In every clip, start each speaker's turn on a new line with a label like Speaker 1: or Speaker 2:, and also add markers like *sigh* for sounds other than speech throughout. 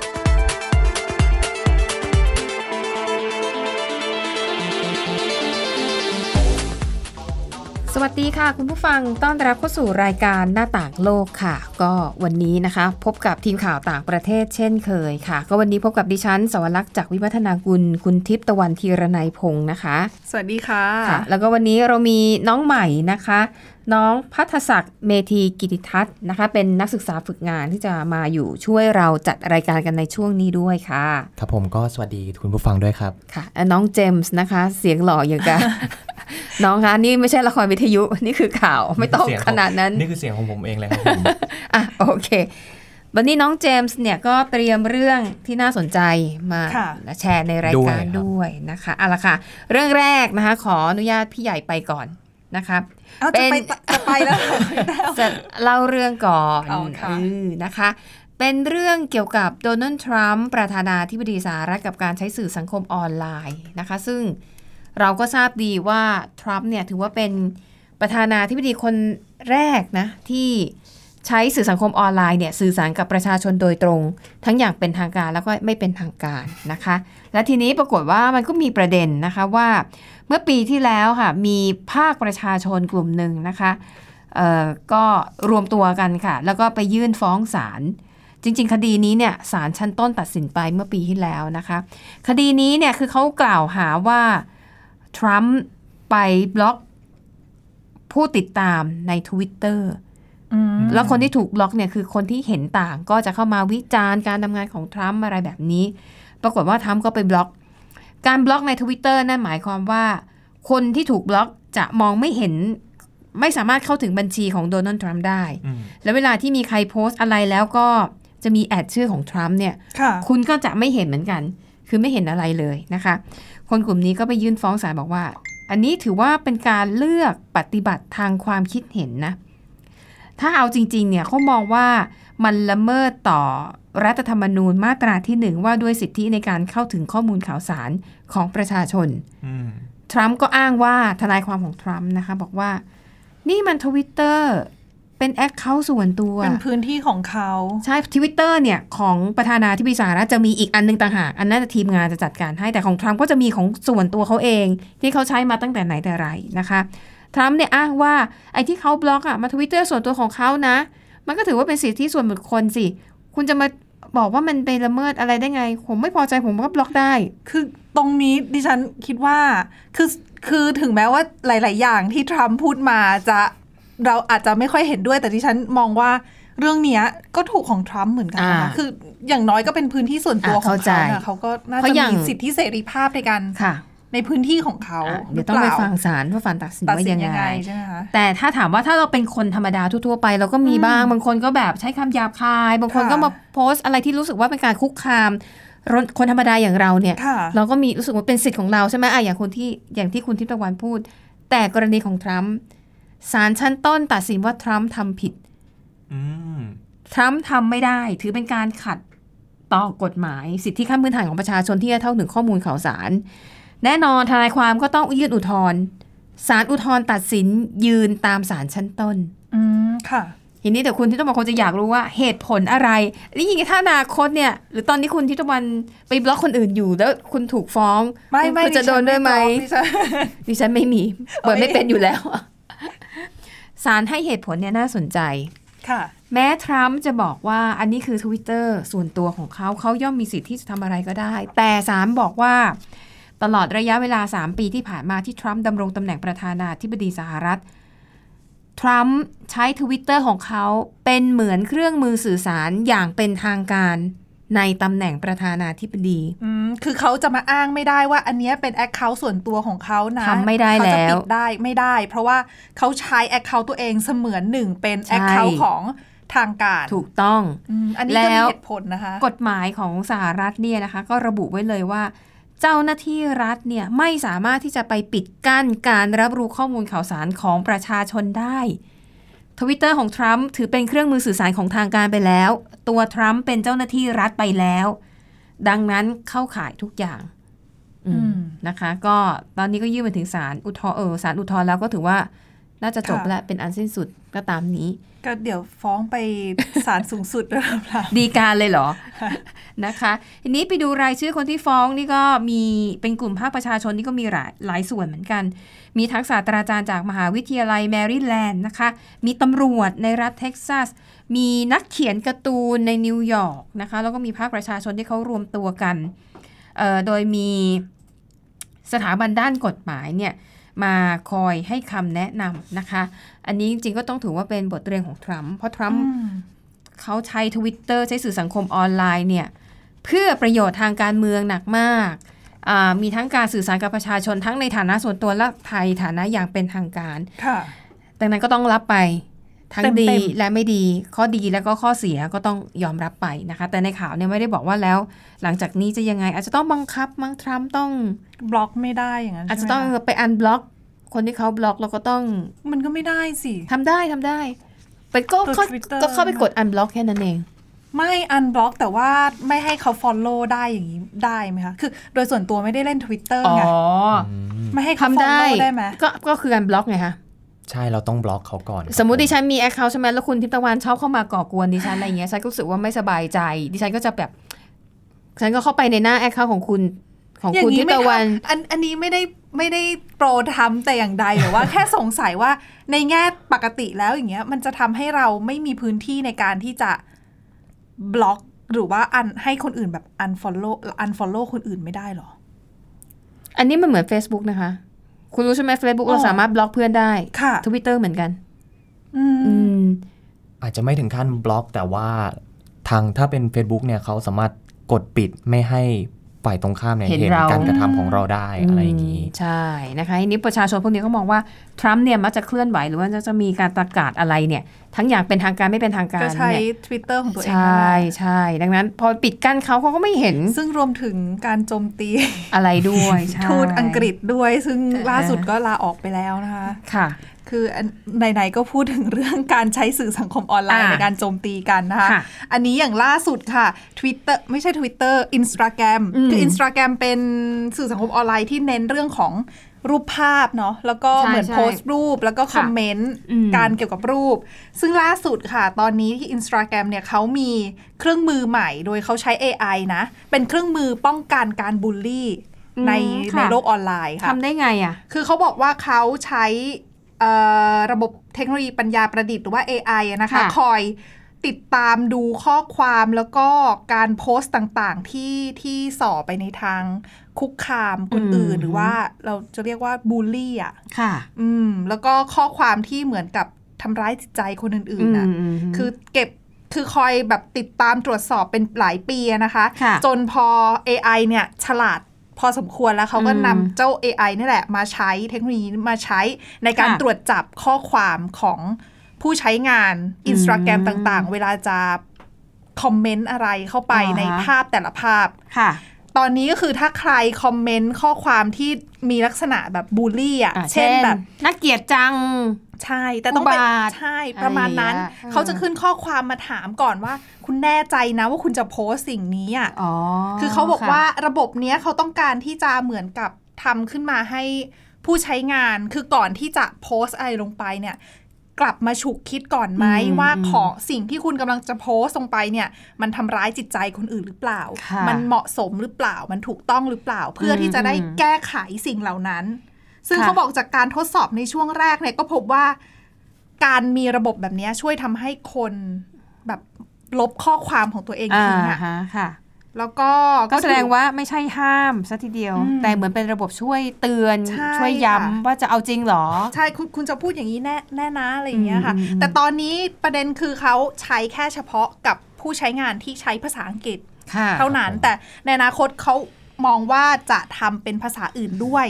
Speaker 1: สวัสดีค่ะ คุณผู้ฟังต้อนรับเข้าสู่รายการหน้าต่างโลกค่ะ ก็วันนี้นะคะ พบกับทีมข่าวต่างประเทศเช่นเคยค่ะ ก็วันนี้พบกับดิฉันสวรักษ์จากวิวัฒนากุลคุณทิพย์ตะวันธีรนัยพงศ์นะคะ
Speaker 2: สวัสดีค่ะ
Speaker 1: ค่ะ แล้วก็วันนี้เรามีน้องใหม่นะคะ น้องพัทศักดิ์เมธีกิติทัศน์นะคะ เป็นนักศึกษาฝึกงานที่จะมาอยู่ช่วยเราจัดรายการกันในช่วงนี้ด้วยค่ะ
Speaker 3: ครับผมก็สวัสดีคุณผู้ฟังด้วยครับ
Speaker 1: ค่ะและน้องเจมส์นะคะ เสียงหล่ออย่าง *laughs* กัน น้องคะนี่ไม่ใช่ละครวิทยุนี่คือข่าวไม่ต้อง
Speaker 3: เสียงผม
Speaker 1: ขนาดนั้น
Speaker 3: นี่คือเสียงของผมเองเลยครับผม
Speaker 1: อ่ะโอเค วันนี้น้องเจมส์เนี่ยก็เตรียมเรื่องที่น่าสนใจมา
Speaker 2: ค่ะ
Speaker 1: แชร์ในรายการ
Speaker 3: ด้วยครับ
Speaker 1: ด้วยนะคะเอาละค่ะ เรื่องแรกนะคะ ขออนุญาตพี่ใหญ่ไปก่อนนะคะ
Speaker 2: เอาจะไป
Speaker 1: เป็น
Speaker 2: จะไปแล้ว
Speaker 1: จะเล่าเรื่องก่อน
Speaker 2: เอาค่ะ
Speaker 1: เออนะคะ เป็นเรื่องเกี่ยวกับโดนัลด์ทรัมป์ประธานาธิบดีสหรัฐกับการใช้สื่อสังคมออนไลน์นะคะ ซึ่งเราก็ทราบดีว่าทรัมป์เนี่ยถือว่าเป็นประธานาธิบดีคนแรกนะ ที่ใช้สื่อสังคมออนไลน์เนี่ยสื่อสารกับประชาชนโดยตรง ทั้งอย่างเป็นทางการแล้วก็ไม่เป็นทางการนะคะ และทีนี้ปรากฏว่ามันก็มีประเด็นนะคะว่า เมื่อปีที่แล้วค่ะมีภาคประชาชนกลุ่มหนึ่งนะคะ เอ่อก็รวมตัวกันค่ะ แล้วก็ไปยื่นฟ้องศาลจริง ๆ คดีนี้เนี่ยศาลชั้นต้นตัดสินไปเมื่อปีที่แล้วนะคะ คดีนี้เนี่ยคือเขากล่าวหาว่า ทรัมป์ไปบล็อกผู้ติดตามใน Twitter
Speaker 2: *laughs* อืม
Speaker 1: แล้วคนที่ถูกบล็อกเนี่ยคือคนที่เห็นต่างก็จะเข้ามาวิจารณ์การทำงานของทรัมป์อะไรแบบนี้ ปรากฏว่าทรัมป์ก็ไปบล็อก การบล็อกใน Twitter นั่นหมายความว่า คนที่ถูกบล็อกจะมองไม่เห็น ไม่สามารถเข้าถึงบัญชีของโดนัลด์ทรัมป์ได้
Speaker 3: อืม
Speaker 1: แล้วเวลาที่มีใครโพสต์อะไรแล้วก็จะมีแอดชื่อของทรัมป์เนี่ย
Speaker 2: ค่ะ
Speaker 1: คุณก็จะไม่เห็นเหมือนกัน คือไม่เห็นอะไรเลยนะคะ คนกลุ่มนี้ก็ไปยื่นฟ้องศาลบอกว่า อันนี้ถือว่าเป็นการเลือกปฏิบัติทางความคิดเห็นนะ ถ้าเอาจริง ๆ เนี่ยเขามองว่ามันละเมิดต่อรัฐธรรมนูญมาตราที่หนึ่งว่าด้วยสิทธิในการเข้าถึงข้อมูลข่าวสารของประชาชน
Speaker 3: อืม
Speaker 1: ทรัมป์ก็อ้างว่าทนายความของทรัมป์นะคะ บอกว่า นี่มันทวิตเตอร์เป็นแอคเคาท์ส่วนตัว
Speaker 2: เป็นพื้นที่ของเขา
Speaker 1: ใช่ทวิตเตอร์เนี่ย ของประธานาธิบดีสหรัฐจะมีอีกอันหนึงต่างหาก อันนั้นทีมงานจะจัดการให้แต่ของทรัมป์ก็จะมีของส่วนตัวเขาเอง ที่เขาใช้มาตั้งแต่ไหนแต่ไรนะคะทรัมป์เนี่ยอ้างว่าไอ้ที่เขาบล็อกอะมาทวิตเตอร์ส่วนตัวของเขานะ มันก็ถือว่าเป็นสิทธิส่วนบุคคลสิ คุณจะมาบอกว่ามันไปละเมิดอะไรได้ไง ผมไม่พอใจผมก็บล็อกได้
Speaker 2: คือตรงนี้ดิฉันคิดว่า คือ คือถึงแม้ว่าหลาย ๆ อย่างที่ทรัมป์พูดมาจะเราอาจจะไม่ค่อยเห็นด้วย แต่ดิฉันมองว่าเรื่องเนี้ยก็ถูกของทรัมป์เหมือนกันนะคะ
Speaker 1: อ่า
Speaker 2: คืออย่างน้อยก็เป็นพื้นที่ส่วนตัว
Speaker 1: อ่า
Speaker 2: ของ
Speaker 1: เข้าใจ
Speaker 2: เขาน่ะเขาก็น่า
Speaker 1: เพ
Speaker 2: จะ
Speaker 1: ราะอย่าง
Speaker 2: มีสิทธิเสรีภาพในการ
Speaker 1: ค่ะ
Speaker 2: ในพื้นที่ของเขา
Speaker 1: อ่ะ
Speaker 2: ห
Speaker 1: เดี๋
Speaker 2: รื
Speaker 1: ยว
Speaker 2: อ
Speaker 1: ต้อง
Speaker 2: เป
Speaker 1: ไป
Speaker 2: ล่า
Speaker 1: ฟังศาลว่าฟันตัดสิน
Speaker 2: ตัด
Speaker 1: ว่า
Speaker 2: สิ
Speaker 1: ยั
Speaker 2: น
Speaker 1: ง
Speaker 2: ยัง
Speaker 1: ไง
Speaker 2: ไงใช่ไหมคะ
Speaker 1: แต่ถ้าถามว่าถ้าเราเป็นคนธรรมดาทั่วๆไป เราก็มีบ้าง บางคนก็แบบใช้คำหยาบคาย บางคน
Speaker 2: ค่ะ
Speaker 1: ก็มาโพสต์อะไรที่รู้สึกว่าเป็นการคุกคามรคนธรรมดาอย่างเราเนี่ย
Speaker 2: ค่ะ
Speaker 1: เราก็มีรู้สึกว่าเป็นสิทธิ์ของเราใช่ไหมอ่ะอย่างคนที่อย่างที่คุณทิพย์ตะวันพูด แต่กรณีของทรัมป์ศาลชั้นต้นตัดสินว่าทรัมป์ทำผิด
Speaker 3: อืม
Speaker 1: ทรัมป์ทำไม่ได้ ถือเป็นการขัดต่อกฎหมาย สิทธิขั้นพื้นฐานของประชาชนที่จะเท่าถึงข้อมูลข่าวสาร แน่นอนทนายความก็ต้องยื่นอุทธรณ์ศาลอุทธรณ์ตัดสินยืนตามศาลชั้นต้น
Speaker 2: อืมค่ะ
Speaker 1: ทีนี้เดี๋ยวคุณทิตวันคงจะอยากรู้ว่าเหตุผลอะไรนี่ยิ่งถ้าอนาคตเนี่ย หรือตอนนี้คุณทิตวันไปบล็อกคนอื่นอยู่แล้วคุณถูกฟ้อง
Speaker 2: ไม่ไม่
Speaker 1: คุณจะโดนด้วยไหม
Speaker 2: ฉันไม่บอกดิ
Speaker 1: ดิ
Speaker 2: ฉัน
Speaker 1: ฉันไม่
Speaker 2: *laughs*
Speaker 1: มี
Speaker 2: เอา
Speaker 1: เปิดไม่
Speaker 2: ไม่
Speaker 1: เป็นอยู่แล้วสารให้เหตุผลเนี่ยน่าสนใจ
Speaker 2: ค่ะ
Speaker 1: แม้ทรัมป์จะบอกว่าอันนี้คือ Twitter ส่วนตัวของเขาเขาย่อมมีสิทธิ์ที่จะทำอะไรก็ได้ แต่ศาลบอกว่า ตลอดระยะเวลา 3 ปีที่ผ่านมาที่ทรัมป์ดำรงตำแหน่งประธานาธิบดีสหรัฐ ทรัมป์ใช้ Twitter ของเขาเป็นเหมือนเครื่องมือสื่อสารอย่างเป็นทางการในตำแหน่งประธานาธิบดี
Speaker 2: อืมคือเขาจะมาอ้างไม่ได้ว่าอันเนี้ยเป็นแอคเคาท์ส่วนตัวของเขานะ
Speaker 1: ทำไม่ได้
Speaker 2: เขาจะ
Speaker 1: แล้
Speaker 2: ปิ
Speaker 1: ว
Speaker 2: ดได้ไม่ได้ เพราะว่าเขาใช้แอคเคาท์ตัวเองเสมือนหนึ่งเป็น
Speaker 1: ใช่
Speaker 2: แอคเคาท์ของทางการ
Speaker 1: ถูกต้อง
Speaker 2: อืมอันนี้
Speaker 1: แล้
Speaker 2: ก็มี
Speaker 1: ว
Speaker 2: เหตุผลนะคะ
Speaker 1: กฎหมายของสหรัฐเนี่ยนะคะ ก็ระบุไว้เลยว่า เจ้าหน้าที่รัฐเนี่ยไม่สามารถที่จะไปปิดกั้นการรับรู้ข้อมูลข่าวสารของประชาชนได้ทวิตเตอร์ของทรัมป์ถือเป็นเครื่องมือสื่อสารของทางการไปแล้ว ตัวทรัมป์เป็นเจ้าหน้าที่รัฐไปแล้ว ดังนั้นเข้าข่ายทุกอย่าง อืม
Speaker 2: อืม
Speaker 1: นะคะ ก็ตอนนี้ก็ยื่นไปถึงศาลอุทธรณ์เออศาลอุทธรณ์แล้วก็ถือว่าน่าจะจบ
Speaker 2: ค่ะ
Speaker 1: และเป็นอันสิ้นสุดก็ตามนี้
Speaker 2: ก็เดี๋ยวฟ้องไปศาลสูงสุดด้วยหรือเปล่า
Speaker 1: *laughs* ดีการเลยเหรอ
Speaker 2: ค่ะ
Speaker 1: นะคะ ทีนี้ไปดูรายชื่อคนที่ฟ้องนี่ก็มีเป็นกลุ่มภาคประชาชนนี่ก็มีหลายหลายส่วนเหมือนกัน มีทั้งศาสตราจารย์จากมหาวิทยาลัยแมริแลนด์นะคะ มีตำรวจในรัฐเท็กซัส มีนักเขียนการ์ตูนในนิวยอร์กนะคะ แล้วก็มีภาคประชาชนที่เขารวมตัวกันเอ่อโดยมีสถาบันด้านกฎหมายเนี่ยมาคอยให้คำแนะนำนะคะ อันนี้จริงๆก็ต้องถือว่าเป็นบทเรียนของทรัมป์ เพราะทรัมป์ เขาใช้ Twitter ใช้สื่อสังคมออนไลน์เนี่ยเพื่อประโยชน์ทางการเมืองหนักมากอ่ามีทั้งการสื่อสารกับประชาชนทั้งในฐานะส่วนตัวและไทยฐานะอย่างเป็นทางการ
Speaker 2: ค่ะ
Speaker 1: ดังนั้นก็ต้องรับไปทั้งดี
Speaker 2: เต็มๆ
Speaker 1: และไม่ดี ข้อดีและก็ข้อเสียก็ต้องยอมรับไปนะคะ แต่ในข่าวเนี่ยไม่ได้บอกว่าแล้ว หลังจากนี้จะยังไง อาจจะต้องบังคับมั้งทรัมป์ต้อง
Speaker 2: บล็อกไม่ได้อย่างนั้น
Speaker 1: อาจจะ
Speaker 2: ใช่ไหม
Speaker 1: ต้อง
Speaker 2: ค
Speaker 1: ไปอันบล็อก คนที่เขาบล็อกแล้วก็ต้อง
Speaker 2: มันก็ไม่ได้สิ
Speaker 1: ทำได้ทำได้ไปก็
Speaker 2: ตัว
Speaker 1: เข้า
Speaker 2: Twitter
Speaker 1: ก็เข้าไปกดอันบล็อกแค่นั้นเอง
Speaker 2: ไม่อันบล็อกแต่ว่าไม่ให้เขาฟอลโล่ได้อย่างนี้ได้ไหมคะ คือโดยส่วนตัวไม่ได้เล่น Twitter
Speaker 1: อ๋อ
Speaker 2: ไงไม่ให้เขาฟ
Speaker 1: ทำ
Speaker 2: อลโล่
Speaker 1: ได้
Speaker 2: ได้ไหม
Speaker 1: ก็ก็คือการบล็อกไงคะ
Speaker 3: ใช่เราต้องบล็อกเขาก่อนครับ
Speaker 1: สมมติดิฉันมีแอคเคาท์ใช่ไหมแล้วคุณทิพย์ตะวันชอบเข้ามาก่อกวนดิฉันอะไรเงี้ยฉันก็รู้สึกว่าไม่สบายใจ ดิฉันก็จะแบบ ฉันก็เข้าไปในหน้าแอคเคาท์ของคุณของ
Speaker 2: อย่า
Speaker 1: คุณ
Speaker 2: ง
Speaker 1: ทิพย์
Speaker 2: ไม่
Speaker 1: ตะวัน
Speaker 2: ทำอันอันนี้ไม่ได้ไม่ได้โปรทำแต่อย่างใดหรือว่า แค่สงสัยว่าในแง่ปกติแล้วอย่างเงี้ยมันจะทำให้เราไม่มีพื้นที่ในการที่จะบล็อกหรือว่าอันให้คนอื่นแบบอันฟอลโล่อันฟอลโล่คนอื่นไม่ได้หรอ
Speaker 1: อันนี้มันเหมือน Facebook นะคะ คุณรู้ใช่ไหม Facebook เรา
Speaker 2: อ๋อ
Speaker 1: สามารถบล็อกเพื่อนได้
Speaker 2: ค่ะ
Speaker 1: ทวิตเตอร์เหมือนกัน
Speaker 2: อืม
Speaker 1: อืม
Speaker 3: อาจจะไม่ถึงขั้นบล็อก แต่ว่าทางถ้าเป็น Facebook เนี่ยเขาสามารถกดปิดไม่ให้ฝ่ายตรงข้ามเนี่ย
Speaker 1: เห็น
Speaker 3: เห็น
Speaker 1: เรา
Speaker 3: การกระทำของเราได้อะไรอย่างนี้
Speaker 1: มใช่นะคะทีนี้ประชาชนพวกนี้ก็มองว่าทรัมป์เนี่ยมักจะเคลื่อนไหวหรือว่าจะมีการประกาศอะไรเนี่ย ทั้งอย่างเป็นทางการไม่เป็นทางการ
Speaker 2: ก็ใช้
Speaker 1: เนี่ย
Speaker 2: Twitter ของตัวเอง
Speaker 1: ใช่ใช่ดังนั้น พอปิดกั้นเขาเขาก็ไม่เห็น
Speaker 2: ซึ่งรวมถึงการโจมตี *laughs*
Speaker 1: อะไรด้วยใช่
Speaker 2: ทูตอังกฤษด้วยซึ่ง
Speaker 1: เออ
Speaker 2: ล่าสุดก็ลาออกไปแล้วนะคะ
Speaker 1: ค่ะ
Speaker 2: คืออันไหนๆก็พูดถึงเรื่องการใช้สื่อสังคมออนไลน์
Speaker 1: อ่ะ
Speaker 2: ในการโจมตีกันนะคะ
Speaker 1: ค่ะ
Speaker 2: อันนี้อย่างล่าสุดค่ะ Twitter ไม่ใช่ Twitter Instagram
Speaker 1: อืม
Speaker 2: คือ Instagram เป็นสื่อสังคมออนไลน์ที่เน้นเรื่องของรูปภาพเนาะแล้วก็
Speaker 1: ใช่
Speaker 2: เหมือน
Speaker 1: ใช่
Speaker 2: โพสต์รูปแล้วก็คอมเมนต์
Speaker 1: อืม
Speaker 2: การเกี่ยวกับรูป ซึ่งล่าสุดค่ะ ตอนนี้ที่ Instagram เนี่ยเขามีเครื่องมือใหม่ โดยเขาใช้ AI นะ เป็นเครื่องมือป้องกันการบูลลี่ใน
Speaker 1: อืมค่ะ
Speaker 2: ในโลกออนไลน์ค่ะ
Speaker 1: ทำได้ไงอ่ะ
Speaker 2: คือเขาบอกว่าเขาใช้เอ่อระบบเทคโนโลยีปัญญาประดิษฐ์หรือว่า AI อะนะคะ
Speaker 1: ค่ะ
Speaker 2: คอยติดตามดูข้อความแล้วก็การโพสต์ต่างๆ ที่ที่ส่อไปในทางคุกคามคนอื่น หรือว่าเราจะเรียกว่าบูลลี่อ่ะ
Speaker 1: ค่ะ
Speaker 2: อืมแล้วก็ข้อความที่เหมือนกับทำร้ายจิตใจคนอื่นๆน่ะ คือเก็บคือคอยแบบติดตามตรวจสอบเป็นหลายปีอะนะคะ
Speaker 1: ค่ะ
Speaker 2: จนพอ AI เนี่ยฉลาดพอสมควรแล้วเขาก็
Speaker 1: อืม
Speaker 2: นำเจ้า AI นี่แหละมาใช้เทคโนโลยีมาใช้ในการ
Speaker 1: ค่ะ
Speaker 2: ตรวจจับข้อความของผู้ใช้งาน
Speaker 1: อืม
Speaker 2: Instagram ต่างๆ เวลาจะคอมเมนต์อะไรเข้าไป
Speaker 1: อ่าฮะ
Speaker 2: ในภาพแต่ละภาพ
Speaker 1: ค่ะ
Speaker 2: ตอนนี้ก็คือถ้าใครคอมเมนต์ข้อความที่มีลักษณะแบบบูลลี่อ่ะ
Speaker 1: อ่ะ
Speaker 2: เช่
Speaker 1: เช่
Speaker 2: น
Speaker 1: น
Speaker 2: แบบ
Speaker 1: น่าเกลียดจัง
Speaker 2: ใช่ แต่ต้องเป็น
Speaker 1: อุบาท
Speaker 2: ใช่ประมาณนั้น
Speaker 1: อะไรอย่างเงี้ย
Speaker 2: เขาจะขึ้นข้อความมาถามก่อนว่า คุณแน่ใจนะว่าคุณจะโพสต์สิ่งนี้อ่ะ
Speaker 1: อ๋อ
Speaker 2: คือเขาบอก
Speaker 1: ะ
Speaker 2: ว่าระบบเนี้ยเขาต้องการที่จะเหมือนกับทำขึ้นมาให้ผู้ใช้งาน คือก่อนที่จะโพสต์อะไรลงไปเนี่ย กลับมาฉุกคิดก่อนไหม
Speaker 1: อืม
Speaker 2: ว่า
Speaker 1: อืม
Speaker 2: ของสิ่งที่คุณกำลังจะโพสต์ลงไปเนี่ย มันทำร้ายจิตใจคนอื่นหรือเปล่า
Speaker 1: ค่ะ
Speaker 2: มันเหมาะสมหรือเปล่า มันถูกต้องหรือเปล่า เพื่ออ
Speaker 1: ม
Speaker 2: ที่จะได้
Speaker 1: อืม
Speaker 2: แก้ไขสิ่งเหล่านั้น ซึ่ง
Speaker 1: ค่ะ
Speaker 2: เขาบอกจากการทดสอบในช่วงแรกเนี่ยก็พบว่า การมีระบบแบบเนี้ยช่วยทำให้คนแบบลบข้อความของตัวเอง
Speaker 1: อ่า
Speaker 2: ทิ้งอะ
Speaker 1: ฮะค่ะ
Speaker 2: แล้วก็
Speaker 1: ก็แสดง
Speaker 2: ถือ
Speaker 1: ว่าไม่ใช่ห้ามซะทีเดียว
Speaker 2: อืม
Speaker 1: แต่เหมือนเป็นระบบช่วยเตือน
Speaker 2: ใช่
Speaker 1: วย
Speaker 2: ค่ะ
Speaker 1: ย้ำว่าจะเอาจริงเหรอ
Speaker 2: ใช่คุณคุณจะพูดอย่างนี้แน่แน่นะอะไรอย่างเงี้ยค่ะ
Speaker 1: อืมอืม
Speaker 2: แต่ตอนนี้ประเด็นคือเขาใช้แค่เฉพาะกับผู้ใช้งานที่ใช้ภาษาอังกฤษ
Speaker 1: ค่ะ
Speaker 2: เท่านั้นแต่ในอนาคตเขามองว่าจะทำเป็นภาษาอื่นด้วย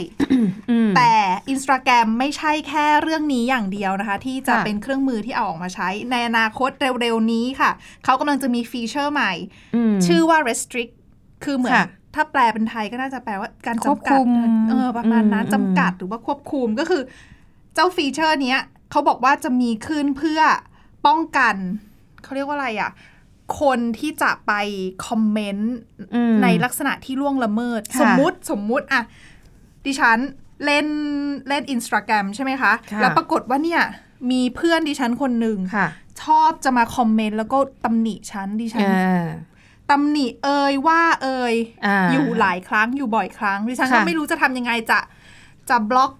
Speaker 1: อืม
Speaker 2: แต่ Instagram ไม่ใช่แค่เรื่องนี้อย่างเดียวนะคะ ที่จะ
Speaker 1: ค่ะ
Speaker 2: เป็นเครื่องมือที่เอาออกมาใช้ ในอนาคตเร็วๆนี้ค่ะ เขากำลังจะมีฟีเจอร์ใหม่
Speaker 1: ม
Speaker 2: ชื่อว่า restrict คือเหมือน
Speaker 1: ค่ะ
Speaker 2: ถ้าแปลเป็นไทยก็น่าจะแปลว่าการ
Speaker 1: ควบ
Speaker 2: จำกั
Speaker 1: คุ
Speaker 2: ด
Speaker 1: ม
Speaker 2: เออประมาณนั้น
Speaker 1: อืม
Speaker 2: จำกัดหรือว่าควบคุมก็คือ เจ้าฟีเจอร์เนี้ยเขาบอกว่าจะมีขึ้นเพื่อป้องกัน เขาเรียกว่าอะไรอะ คนที่จะไปคอมเมนต์
Speaker 1: อืม
Speaker 2: ในลักษณะที่ล่วงละเมิด
Speaker 1: ค่ะ
Speaker 2: สมมุติสมมุติอะดิฉันเล่นเล่นอินสตาแกรมใช่ไหมคะ
Speaker 1: ค่ะ
Speaker 2: แล้วปรากฏว่าเนี่ย มีเพื่อนดิฉันคนหนึ่ง
Speaker 1: ค่ะ
Speaker 2: ชอบจะมาคอมเมนต์แล้วก็ตำหนิฉันดิฉัน
Speaker 1: อ่า
Speaker 2: ตำหนิเอ่ยว่าเอ่ย
Speaker 1: า
Speaker 2: อยู่หลายครั้งอยู่บ่อยครั้งดิฉันก็
Speaker 1: ค่ะ
Speaker 2: ไม่รู้จะทำยังไงจะจะบล็อก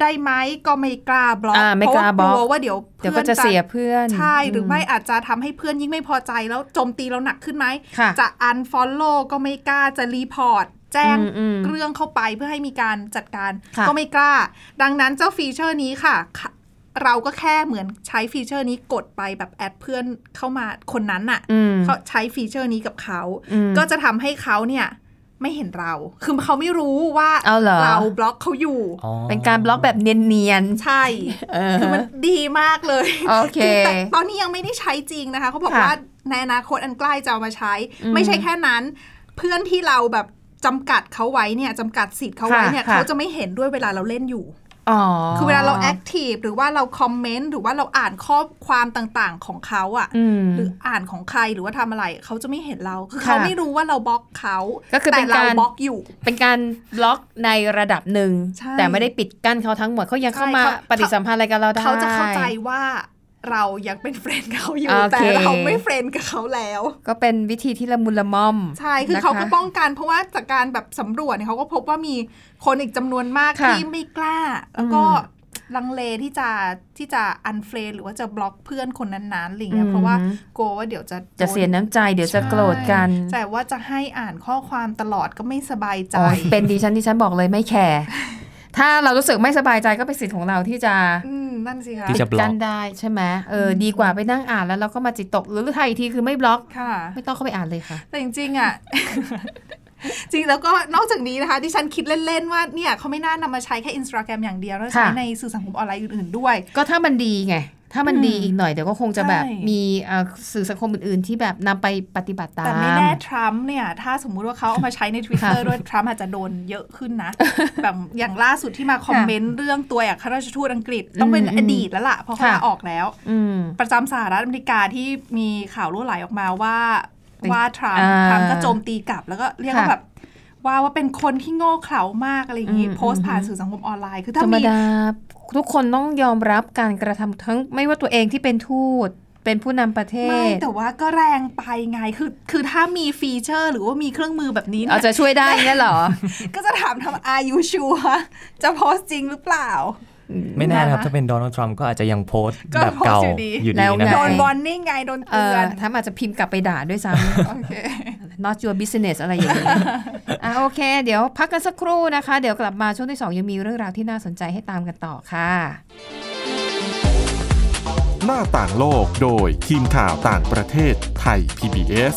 Speaker 2: ได้ไหมก็ไม่กล้าบล็อก
Speaker 1: อ่าไม่
Speaker 2: เพราะ
Speaker 1: กล้า
Speaker 2: ว่า
Speaker 1: บล็
Speaker 2: ก
Speaker 1: อก
Speaker 2: ลัวว่าเดี๋ยว
Speaker 1: เดี๋ยว
Speaker 2: เพื่
Speaker 1: ก็
Speaker 2: อน
Speaker 1: จะเสียเพื่อน
Speaker 2: ใช่หรือไม่อาจจะทำให้เพื่อนยิ่งไม่พอใจแล้วโจมตีเราหนักขึ้นไหม
Speaker 1: ค่ะ
Speaker 2: จะ unfollow ก็ไม่กล้าจะ report แจ้ง
Speaker 1: อืมอืม
Speaker 2: เรื่องเข้าไปเพื่อให้มีการจัดการ
Speaker 1: ค่ะ
Speaker 2: ก็ไม่กล้า ดังนั้นเจ้าฟีเจอร์นี้ค่ะค่ะ เราก็แค่เหมือนใช้ฟีเจอร์นี้กดไปแบบแอดเพื่อนเข้ามาคนนั้นน่ะ
Speaker 1: อืม
Speaker 2: เขาใช้ฟีเจอร์นี้กับเขา
Speaker 1: อืม
Speaker 2: ก็จะทำให้เขาเนี่ยไม่เห็นเรา คือเขาไม่รู้ว่า
Speaker 1: เอาเหรอ
Speaker 2: บล็อกเขาอยู่
Speaker 3: อ๋อ
Speaker 1: เป็นการบล็อกแบบเนียน
Speaker 2: ใช่
Speaker 1: ๆเออ
Speaker 2: คือมันดีมากเลย
Speaker 1: โอเค
Speaker 2: แต่ตอนนี้ยังไม่ได้ใช้จริงนะคะเขาบอก
Speaker 1: ค่ะ
Speaker 2: ว่าในอนาคตอันใกล้จะเอามาใช้
Speaker 1: อืม
Speaker 2: ไม่ใช่แค่นั้น เพื่อนที่เราแบบจำกัดเขาไว้เนี่ยจำกัดสิทธิ์เขาไว้เนี่ย
Speaker 1: ค่ะค่ะ
Speaker 2: เขาจะไม่เห็นด้วยเวลาเราเล่นอยู่
Speaker 1: อ๋อ
Speaker 2: คือเวลาเราแอคทีฟหรือว่าเราคอมเมนต์หรือว่าเราอ่านข้อความต่างๆของเขาอะ
Speaker 1: อืม
Speaker 2: หรืออ่านของใครหรือว่าทำอะไรเขาจะไม่เห็นเรา คือ
Speaker 1: ค่ะ
Speaker 2: เขาไม่รู้ว่าเราบล็อกเขา
Speaker 1: ก็คือ
Speaker 2: แต่
Speaker 1: เป็น
Speaker 2: เรา
Speaker 1: การ
Speaker 2: บล็อกอยู่
Speaker 1: เป็นการบล็อกในระดับหนึ่ง
Speaker 2: ใช่
Speaker 1: แต่ไม่ได้ปิดกั้นเขาทั้งหมดเขายังเข้า
Speaker 2: ใช่
Speaker 1: มา
Speaker 2: เขา
Speaker 1: ปฏิสัมพันธ์อะไรกับเราได้
Speaker 2: เขาจะเข้าใจว่าเรายังเป็นเฟรนด์เขาอยู่
Speaker 1: โอเค
Speaker 2: แต่เราไม่เฟรนด์กับเขาแล้ว
Speaker 1: ก็เป็นวิธีที่ละมุนละม่อม
Speaker 2: ใช่ คือ
Speaker 1: นะคะ
Speaker 2: เขาก็ป้องกันเพราะว่าจากการแบบสำรวจเนี่ยเขาก็พบว่ามีคนอีกจำนวนมาก
Speaker 1: ค่ะ
Speaker 2: ที่ไม่กล้า แล้วก็
Speaker 1: อืม
Speaker 2: ลังเลที่จะที่จะอันเฟรนหรือว่าจะบล็อกเพื่อนคนนั้นๆอะไรเงี้ยเพราะว่า
Speaker 1: อืม
Speaker 2: กลัวว่าเดี๋ยวจะ
Speaker 1: จะเสียน้ำใจเดี๋ยวจะ
Speaker 3: ใช่
Speaker 1: โกรธกัน
Speaker 2: แต่ว่าจะให้อ่านข้อความตลอดก็ไม่สบายใจ
Speaker 1: โอ้ยเป็นดิฉันดิฉันบอกเลยไม่แคร์ถ้าเรารู้สึกไม่สบายใจก็เป็นสิทธิ์ของเราที่จะ
Speaker 2: อืมนั่นสิคะ
Speaker 3: ที่จะบล็อก
Speaker 1: นได้ใช่ไหมเอออดีกว่าไปนั่งอ่านแล้วเราก็มาจิตตกหรือไทยอีกทีคือไม่บล็อก
Speaker 2: ค่ะ
Speaker 1: ไม่ต้องเข้าไปอ่านเลยค่ะ
Speaker 2: แต่จริงๆอ่ะ *laughs* จริงแล้วก็นอกจากนี้นะคะดิฉันคิดเล่นๆว่าเนี่ยเขาไม่น่านำมาใช้แค่อินสตาแกรมอย่างเดียวแล้วใช้
Speaker 1: ค่ะ
Speaker 2: ในสื่อสังคมออนไลน์อื่นๆด้วย
Speaker 1: ก็ถ้ามันดีไง ถ้ามัน
Speaker 2: อืม
Speaker 1: ดีอีกหน่อยเดี๋ยวก็คงจะแบบ
Speaker 2: ใช่
Speaker 1: มีเอ่อสื่อสังคมอื่นๆ ที่แบบนำไปปฏิบัติตาม
Speaker 2: แต่ไม่แน่ทรัมป์เนี่ย ถ้าสมมุติว่าเขาเอามาใช้ใน
Speaker 1: *laughs*
Speaker 2: Twitter
Speaker 1: ค่ะ
Speaker 2: ด้วยทรัมป์อาจจะโดนเยอะขึ้น
Speaker 1: *laughs*
Speaker 2: นะ แบบอย่างล่าสุดที่มาคอมเมนต์เรื่องตัวอย่างข้าราชทูตอังกฤษ ต้องเป็น
Speaker 1: อืม
Speaker 2: อดีตแล้วล่ะ เพราะเขา
Speaker 1: ค่ะ
Speaker 2: ลาออกแล้ว
Speaker 1: อืม
Speaker 2: ประจำสหรัฐอเมริกาที่มีข่าวรั่วไหลออกมาว่า
Speaker 1: เป็น
Speaker 2: ว่าทรัมป์
Speaker 1: อ่า
Speaker 2: ทรัมป์ก็โจมตีกลับ แล้วก็เรียกว่า
Speaker 1: ค่ะ
Speaker 2: แบบว่าว่าเป็นคนที่โง่เขลามากอะไรอย่างนี้
Speaker 1: อืม
Speaker 2: โพสต์ผ่านสื่อสังคมออนไลน์คือ
Speaker 1: ธ
Speaker 2: ถ้าร
Speaker 1: รม
Speaker 2: มี
Speaker 1: ดาทุกคนต้องยอมรับการกระทำทั้งไม่ว่าตัวเองที่เป็นทูตเป็นผู้นำประเท
Speaker 2: ไม่
Speaker 1: ศ
Speaker 2: แต่ว่าก็แรงไปไงคือคือถ้ามีฟีเจอร์ หรือว่ามีเครื่องมือแบบนี้
Speaker 1: เอา
Speaker 2: เนี่ย
Speaker 1: จะช่วยได้เงี้ยเหร
Speaker 2: *laughs*
Speaker 1: อ
Speaker 2: ก็จะถามทำอายุชัวจะโพสต์จริงหรือเปล่า
Speaker 3: ไม่แน่นะครับ
Speaker 2: นะคะ
Speaker 3: ถ้าเป็นโดนัลด์ทรัมป์ก็อาจจะยังโพสต์
Speaker 2: ก็
Speaker 3: แบบ
Speaker 2: โพสต์
Speaker 3: เก่า
Speaker 2: อยู่ดี
Speaker 3: อยู่
Speaker 1: แล้
Speaker 3: ดี
Speaker 1: ว
Speaker 3: นะ
Speaker 1: ไง
Speaker 2: โดนวอร์นิ่งไง โดน
Speaker 1: เอ
Speaker 2: เตื
Speaker 1: อ
Speaker 2: อน
Speaker 1: ทำอาจจะพิมพ์กลับไปด่าด้วยซ้
Speaker 2: โอเค
Speaker 1: ำ not your business อะไร
Speaker 2: *laughs*
Speaker 1: อย่างนี้อ่ะโอเค เดี๋ยวพักกันสักครู่นะคะ เดี๋ยวกลับมาช่วงที่สองยังมีเรื่องราวที่น่าสนใจให้ตามกันต่อค่ะ
Speaker 4: หน้าต่างโลกโดยทีมข่าวต่างประเทศไทย PBS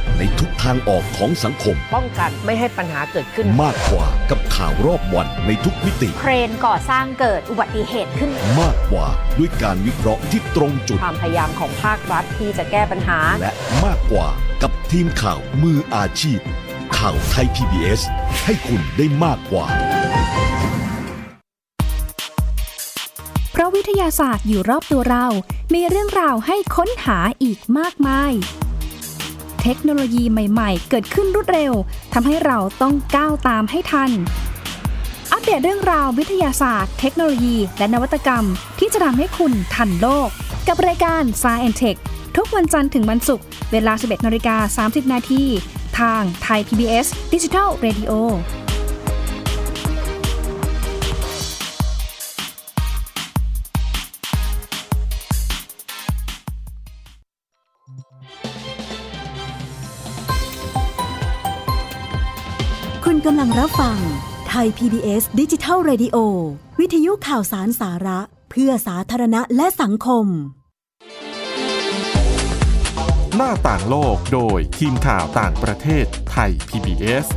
Speaker 5: ในทุกทางออกของสังคม
Speaker 6: ป้องกันไม่ให้ปัญหาเกิดขึ้น
Speaker 5: มากกว่ากับข่าวรอบวันในทุกมิติ
Speaker 7: เครนก่อสร้างเกิดอุบัติเหตุขึ้น
Speaker 5: มากกว่าด้วยการวิเคราะห์ที่ตรงจุด
Speaker 6: ความพยายามของภาครัฐที่จะแก้ปัญหา
Speaker 5: และมากกว่ากับทีมข่าวมืออาชีพ ข่าวไทย PBS ให้คุณได้มากกว่า
Speaker 8: เพราะวิทยาศาสตร์อยู่รอบตัวเรา มีเรื่องราวให้ค้นหาอีกมากมาย เทคโนโลยีใหม่ ๆ เกิดขึ้นรวดเร็ว ทำให้เราต้องก้าวตามให้ทัน อัปเดตเรื่องราววิทยาศาสตร์ เทคโนโลยี และนวัตกรรม ที่จะทำให้คุณทันโลก กับรายการ s c i e n t e c h ทุกวันจันทร์ถึงวันศุกร์ เวลา 11นาฬิกา30 นาทีทางไทย PBS Digital Radio
Speaker 9: คุณกำลังรับฟังไทย PBS ดิจิทัล Radio วิทยุข่าวสารสาระ เพื่อสาธารณะและสังคม
Speaker 4: หน้าต่างโลกโดยทีมข่าวต่างประเทศไทย PBS
Speaker 1: ก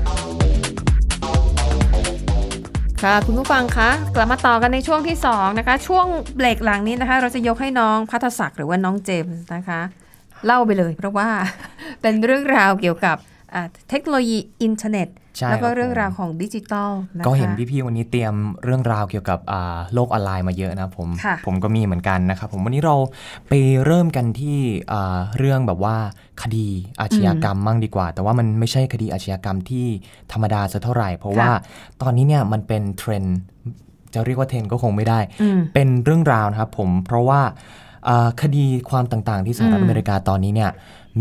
Speaker 1: ค่ะ คุณผู้ฟังคะกลับมาต่อกันในช่วงที่สองนะคะ ช่วงเบรกหลังนี้นะคะ เราจะยกให้น้องพัทศักดิ์หรือว่าน้องเจมส์นะคะ เล่าไปเลย เพราะว่า *laughs* เป็นเรื่องราวเกี่ยวกับอ่าเทคโนโลยีอินเทอร์เน็ต
Speaker 3: ใช่
Speaker 1: แล้วก็
Speaker 3: ครับ
Speaker 1: เรื่อง
Speaker 3: ผม
Speaker 1: ราวของดิจิตอลนะคะ
Speaker 3: ก็เห็นพี่ๆวันนี้เตรียมเรื่องราวเกี่ยวกับอ่าโลกออนไลน์มาเยอะนะผม
Speaker 1: ค่ะ
Speaker 3: ผมก็มีเหมือนกันนะครับผมวันนี้เราไปเริ่มกันที่อ่าเรื่องแบบว่าคดีอาชญากรรมมั่งดีกว่า แต่ว่ามันไม่ใช่คดีอาชญากรรมที่ธรรมดาซะเท่าไหร่ เพราะว่าตอนนี้เนี่ยมันเป็นเทรนด์จะเรียกว่าเทรนด์ก็คงไม่ได้
Speaker 1: อืม
Speaker 3: เป็นเรื่องราวนะครับผมเพราะว่าอ่าคดีความต่างๆ ที่สหรัฐ
Speaker 1: อืม
Speaker 3: อเมริกาตอนนี้เนี่ย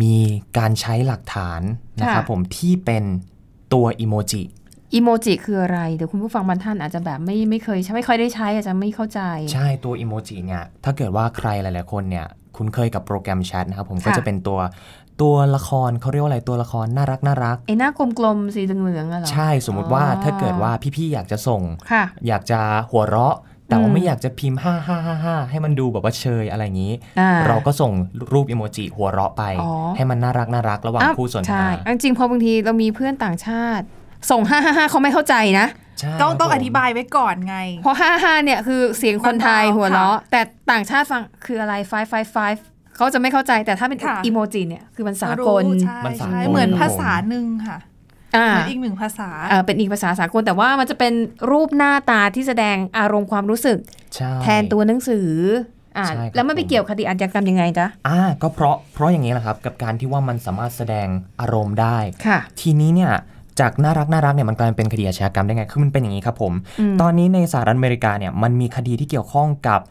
Speaker 3: มีการใช้หลักฐานนะครับ
Speaker 1: ค่ะ
Speaker 3: ผมที่เป็นตัวอิโมจิ
Speaker 1: อีโมจิคืออะไร เดี๋ยวคุณผู้ฟังบางท่านอาจจะแบบไม่ไม่เคยใช้ไม่ค่อยได้ใช้อาจจะไม่เข้าใจ
Speaker 3: ใช่ตัวอิโมจิเนี่ยถ้าเกิดว่าใครหลาย ๆ คนเนี่ยคุ้นเคยกับโปรแกรมแชทนะครับผม
Speaker 1: ค่ะ
Speaker 3: ก็จะเป็นตัวตัวละครเขาเรียกว่าอะไรตัวละครน่ารักน่ารัก
Speaker 1: ไอ้หน้ากลมๆสีเหลืองๆอะเหรอ
Speaker 3: ใช่สมมุติว่า
Speaker 1: อ๋อ
Speaker 3: ถ้าเกิดว่าพี่ ๆ อยากจะส่ง
Speaker 1: ค่ะ
Speaker 3: อยากจะหัวเราะ แต่ว่า
Speaker 1: อืม
Speaker 3: ไม่อยากจะพิมพ์ 5 5 5 5 ให้มันดูแบบว่าเชยอะไรอย่างนี้
Speaker 1: อ่
Speaker 3: เราก็ส่งรูปอิโมจิหัวเราะไป
Speaker 1: อ๋อ
Speaker 3: ให้มันน่ารักน่ารักระหว่าง
Speaker 1: อ้
Speaker 3: คู่สนท
Speaker 1: ใช่
Speaker 3: นา
Speaker 1: อันจริงพอบางทีเรามีเพื่อนต่างชาติ ส่ง *laughs* ห้าห้าเขาไม่เข้าใจนะ
Speaker 3: ใช่
Speaker 2: ต้องต้อง
Speaker 3: ค
Speaker 2: อ
Speaker 3: รัผม
Speaker 2: ธิบายไว้ก่อนไง
Speaker 1: เพราะห้าห้าเนี่ยคือเสียงคนไทยหัวเราะ แต่ต่างชาติฟังคืออะไร five five five เขาจะไม่เข้าใจแต่ถ้าเป็น
Speaker 2: ค่ะ
Speaker 1: อีโมจิเนี่ยคือมันสากล
Speaker 2: รู้ใช่ใช่เหมือนภาษาหนึ่งค่ะ
Speaker 1: อ่า
Speaker 2: เหมือนอีกหนึ่งภาษา
Speaker 1: เอ่อเป็นอีกภาษาสากลแต่ว่ามันจะเป็นรูปหน้าตาที่แสดงอารมณ์ความรู้สึก
Speaker 3: ใช่
Speaker 1: แทนตัวหนังสืออ่า
Speaker 3: ใช่ครับ
Speaker 1: แล้วมันไปเกี่ยวคดีอาชญากรรมยังไงจ๊ะ
Speaker 3: อ่าก็เพราะเพราะอย่างนี้แหละครับ กับการที่ว่ามันสามารถแสดงอารมณ์ได้
Speaker 1: ค่ะ
Speaker 3: ทีนี้เนี่ยจากน่ารักน่ารักเนี่ยมันกลายเป็นคดีอาชญากรรมได้ไง คือมันเป็นอย่างนี้ครับผม
Speaker 1: อืม
Speaker 3: ตอนนี้ในสหรัฐอเมริกาเนี่ยมันมีคดีที่เกี่ยวข้องกับ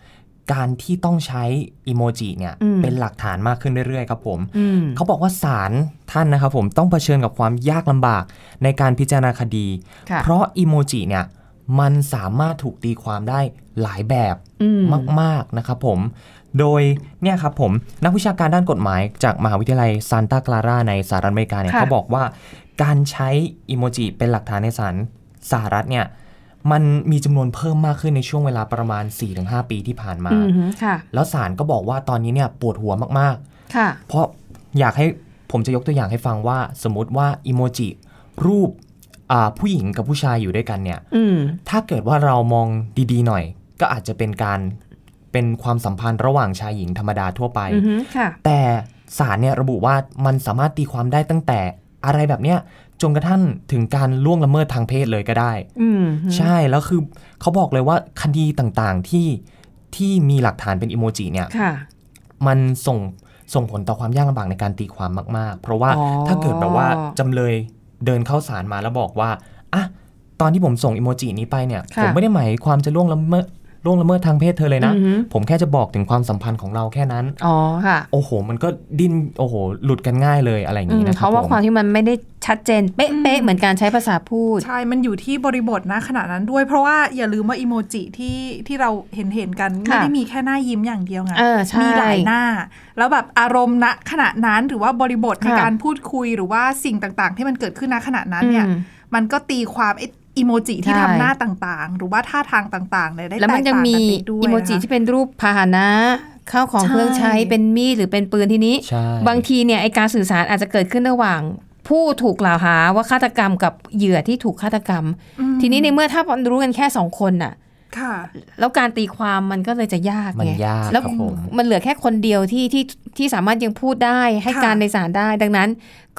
Speaker 3: การที่ต้องใช้อิโมจิเนี่ย
Speaker 1: อืม
Speaker 3: เป็นหลักฐานมากขึ้นเรื่อยๆครับผม
Speaker 1: อืม
Speaker 3: เขาบอกว่าศาลท่านนะครับผมต้องเผชิญกับความยากลำบากในการพิจารณาคดี
Speaker 1: ค่ะ
Speaker 3: เพราะอิโมจิเนี่ยมันสามารถถูกตีความได้หลายแบบ
Speaker 1: อืม
Speaker 3: มาก ๆ นะครับผม โดยเนี่ยครับผม นักวิชาการด้านกฎหมายจากมหาวิทยาลัยซานตาคลาราในสหรัฐอเมริกาเนี่ย
Speaker 1: ค่ะ
Speaker 3: เขาบอกว่าการใช้อิโมจิเป็นหลักฐานในศาลสหรัฐเนี่ยมันมีจำนวนเพิ่มมากขึ้นในช่วงเวลาประมาณ 4-5 ปีที่ผ่านมา
Speaker 1: อืมค่ะ
Speaker 3: แล้วศาลก็บอกว่าตอนนี้เนี่ยปวดหัวมากๆ
Speaker 1: ค่ะ
Speaker 3: เพราะอยากให้ผมจะยกตัวอย่างให้ฟังว่า สมมติว่าอิโมจิรูปอ่าผู้หญิงกับผู้ชายอยู่ด้วยกันเนี่ย
Speaker 1: อืม
Speaker 3: ถ้าเกิดว่าเรามองดีๆหน่อย ก็อาจจะเป็นการเป็นความสัมพันธ์ระหว่างชายหญิงธรรมดาทั่วไป
Speaker 1: อืมค่ะ
Speaker 3: แต่ศาลเนี่ยระบุว่ามันสามารถตีความได้ตั้งแต่อะไรแบบเนี้ยจนกระทั่งถึงการล่วงละเมิดทางเพศเลยก็ได้
Speaker 1: อืม
Speaker 3: ใช่ แล้วคือเขาบอกเลยว่าคดีต่างๆที่ที่มีหลักฐานเป็นอิโมจิเนี่ย
Speaker 1: ค่ะ
Speaker 3: มันส่งส่งผลต่อความยากลำบากในการตีความมาก ๆ เพราะว่า
Speaker 1: อ๋อ
Speaker 3: ถ้าเกิดแบบว่าจำเลยเดินเข้าศาลมาแล้วบอกว่าอ่ะตอนที่ผมส่งอิโมจินี้ไปเนี่ย ผมไม่ได้หมายความจะล่วงละเมิดล่วงละเมิดทางเพศเธอเลยนะ
Speaker 1: อือหือ
Speaker 3: ผมแค่จะบอกถึงความสัมพันธ์ของเราแค่นั้น
Speaker 1: อ๋อค่ะ
Speaker 3: โอ้โห มันก็ดิ้นโอ้โห หลุดกันง่ายเลยอะไรอย่าง
Speaker 1: อื
Speaker 3: นี้
Speaker 1: ม
Speaker 3: นะค
Speaker 1: เพ
Speaker 3: รับ
Speaker 1: ราะว่า
Speaker 3: ผม
Speaker 1: ความที่มันไม่ได้ชัดเจน เป๊ะๆเหมือนการใช้ภาษาพูด
Speaker 2: ใช่ มันอยู่ที่บริบทนะขณะนั้นด้วย เพราะว่าอย่าลืมว่าอิโมจิที่ที่เราเห็นเห็นๆกัน ไม่
Speaker 1: ค่ะ
Speaker 2: ได้มีแค่หน้ายิ้มอย่างเดียวไง
Speaker 1: เออใช่
Speaker 2: มีหลายหน้า แล้วแบบอารมณ์ณขณะนั้นหรือว่าบริบทใน
Speaker 1: ค่ะ
Speaker 2: การพูดคุยหรือว่าสิ่งต่างๆ ที่มันเกิดขึ้นณขณะนั้นเนี่ย
Speaker 1: อืม
Speaker 2: มันก็ตีความไอ้อิโมจิที่
Speaker 1: ใช่
Speaker 2: ทำหน้าต่างๆ หรือว่าท่าทางต่างๆเนี่ยได้แต
Speaker 1: แล้
Speaker 2: ก
Speaker 1: ว
Speaker 2: ต่าง
Speaker 1: มันยั
Speaker 2: กั
Speaker 1: ง
Speaker 2: น
Speaker 1: มี
Speaker 2: ไปด้วย
Speaker 1: อิโมจิ
Speaker 2: นะคะ
Speaker 1: ที่เป็นรูปพาหนะข้าวของ
Speaker 2: ใช่
Speaker 1: เครื่องใช้เป็นมีดหรือเป็นปืนทีนี้
Speaker 3: ใช่
Speaker 1: บางทีเนี่ยไอการสื่อสารอาจจะเกิดขึ้นระหว่าง ผู้ถูกกล่าวหาว่าฆาตกรรมกับเหยื่อที่ถูกฆาตกรรม
Speaker 2: อืม
Speaker 1: ทีนี้ในเมื่อถ้ามันรู้กันแค่สองคนน่ะ
Speaker 2: ค่ะ
Speaker 1: แล้วการตีความมันก็เลยจะยาก
Speaker 3: มัน
Speaker 1: ไง
Speaker 3: ยาก
Speaker 1: แล้ว
Speaker 3: ครับผม
Speaker 1: มันเหลือแค่คนเดียวที่ที่ที่สามารถยังพูดได้ให้
Speaker 2: ค่ะ
Speaker 1: การในศาลได้ ดังนั้น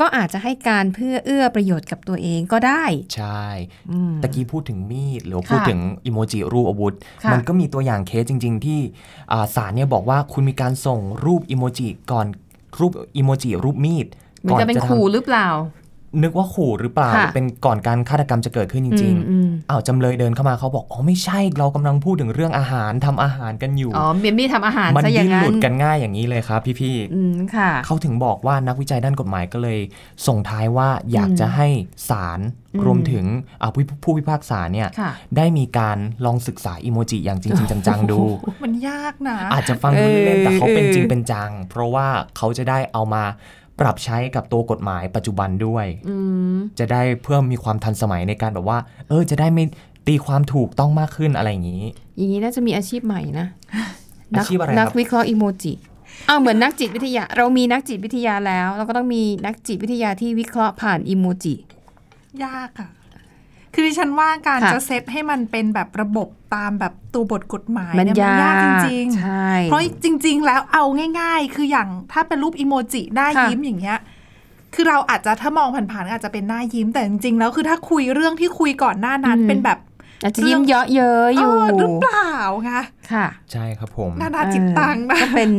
Speaker 1: ก็อาจจะให้การเพื่อเอื้อประโยชน์กับตัวเองก็ได้
Speaker 3: ใช่
Speaker 1: อืม
Speaker 3: ตะกี้พูดถึงมีดหรือว่าพูด
Speaker 1: ค่ะ
Speaker 3: ถึงอิโมจิรูปอาวุธ
Speaker 1: ค่ะ
Speaker 3: มันก็มีตัวอย่างเคสจริง ๆ ที่อ่าศาลเนี่ยบอกว่าคุณมีการส่งรูปอิโมจิก่อนรูปอิโมจิรูปมีด
Speaker 1: เหมันจะเป็น
Speaker 3: ทำ
Speaker 1: ขู่หรือเปล่า
Speaker 3: นึกว่าขู่หรือเปล่า
Speaker 1: ค่ะ
Speaker 3: เป็นก่อนการฆาตกรรมจะเกิดขึ้นจริง
Speaker 1: อืมอืม
Speaker 3: ๆอ้าวจำเลยเดินเข้ามาเขาบอกอ๋อไม่ใช่เรากำลังพูดถึงเรื่องอาหารทำอาหารกันอยู่
Speaker 1: อ๋อเมียมี่ทำอาหาร
Speaker 3: มั
Speaker 1: ซะอ
Speaker 3: ดิ้
Speaker 1: ย่าน ง
Speaker 3: ห
Speaker 1: นั้
Speaker 3: ลุ
Speaker 1: น
Speaker 3: ดกันง่ายอย่างนี้เลยครับพี่ๆ
Speaker 1: อืมค่ะ
Speaker 3: เขาถึงบอกว่านักวิจัยด้านกฎหมายก็เลย ส่งท้ายว่าอยากจะให้ศาล
Speaker 1: อืม
Speaker 3: รวมถึงอ่าผู้ผู้พิพากษาเนี่ย
Speaker 1: ค่ะ
Speaker 3: ได้มีการลองศึกษาอิโมจิอย่างจริง ๆ จัง ๆ ดู
Speaker 2: มันยากนะ
Speaker 3: อาจจะฟังดูเล่นๆแต่เขาเป็น
Speaker 1: เออ
Speaker 3: จริงเป็นจัง เพราะว่าเขาจะได้เอามาปรับใช้กับตัวกฎหมายปัจจุบันด้วย
Speaker 1: อืม
Speaker 3: จะได้เพิ่มมีความทันสมัยในการแบบว่า เออจะได้ไม่ตีความถูกต้องมากขึ้นอะไรอย่างนี้
Speaker 1: อย่างนี้น่าจะมีอาชีพใหม่
Speaker 2: *laughs*
Speaker 1: นะนัก
Speaker 3: อาชีพอะไรครับ
Speaker 1: นักวิเคราะห์อิโมจิ เอาเหมือนนักจิตวิทยา เรามีนักจิตวิทยาแล้ว เราก็ต้องมีนักจิตวิทยาที่วิเคราะห์ผ่านอิโมจิ
Speaker 2: ยากอะ คือดิฉันว่าการ
Speaker 1: ค่ะ
Speaker 2: จะเซตให้มันเป็นแบบระบบตามแบบตัวบทกฎหมาย
Speaker 1: มัน
Speaker 2: เนี่ย
Speaker 1: ยาก
Speaker 2: ยากจริง ๆ
Speaker 1: ใช่
Speaker 2: เพราะจริง ๆ แล้วเอาง่าย ๆ คืออย่างถ้าเป็นรูปอีโมจิหน้า
Speaker 1: ค่ะ
Speaker 2: ยิ้มอย่างเงี้ย คือเราอาจจะถ้ามองผ่านๆก็อาจจะเป็นหน้ายิ้มแต่จริงๆ แล้วคือถ้าคุยเรื่องที่คุยก่อนหน้านั้นเป็นแบบ
Speaker 1: อาจจะยิ้มเยาะเย้ยอยู่
Speaker 2: เออหรือเปล่าไง
Speaker 1: ค่ะ
Speaker 3: ใช่ครับผม
Speaker 2: นานาจิตตังนะ
Speaker 1: ก็เป็น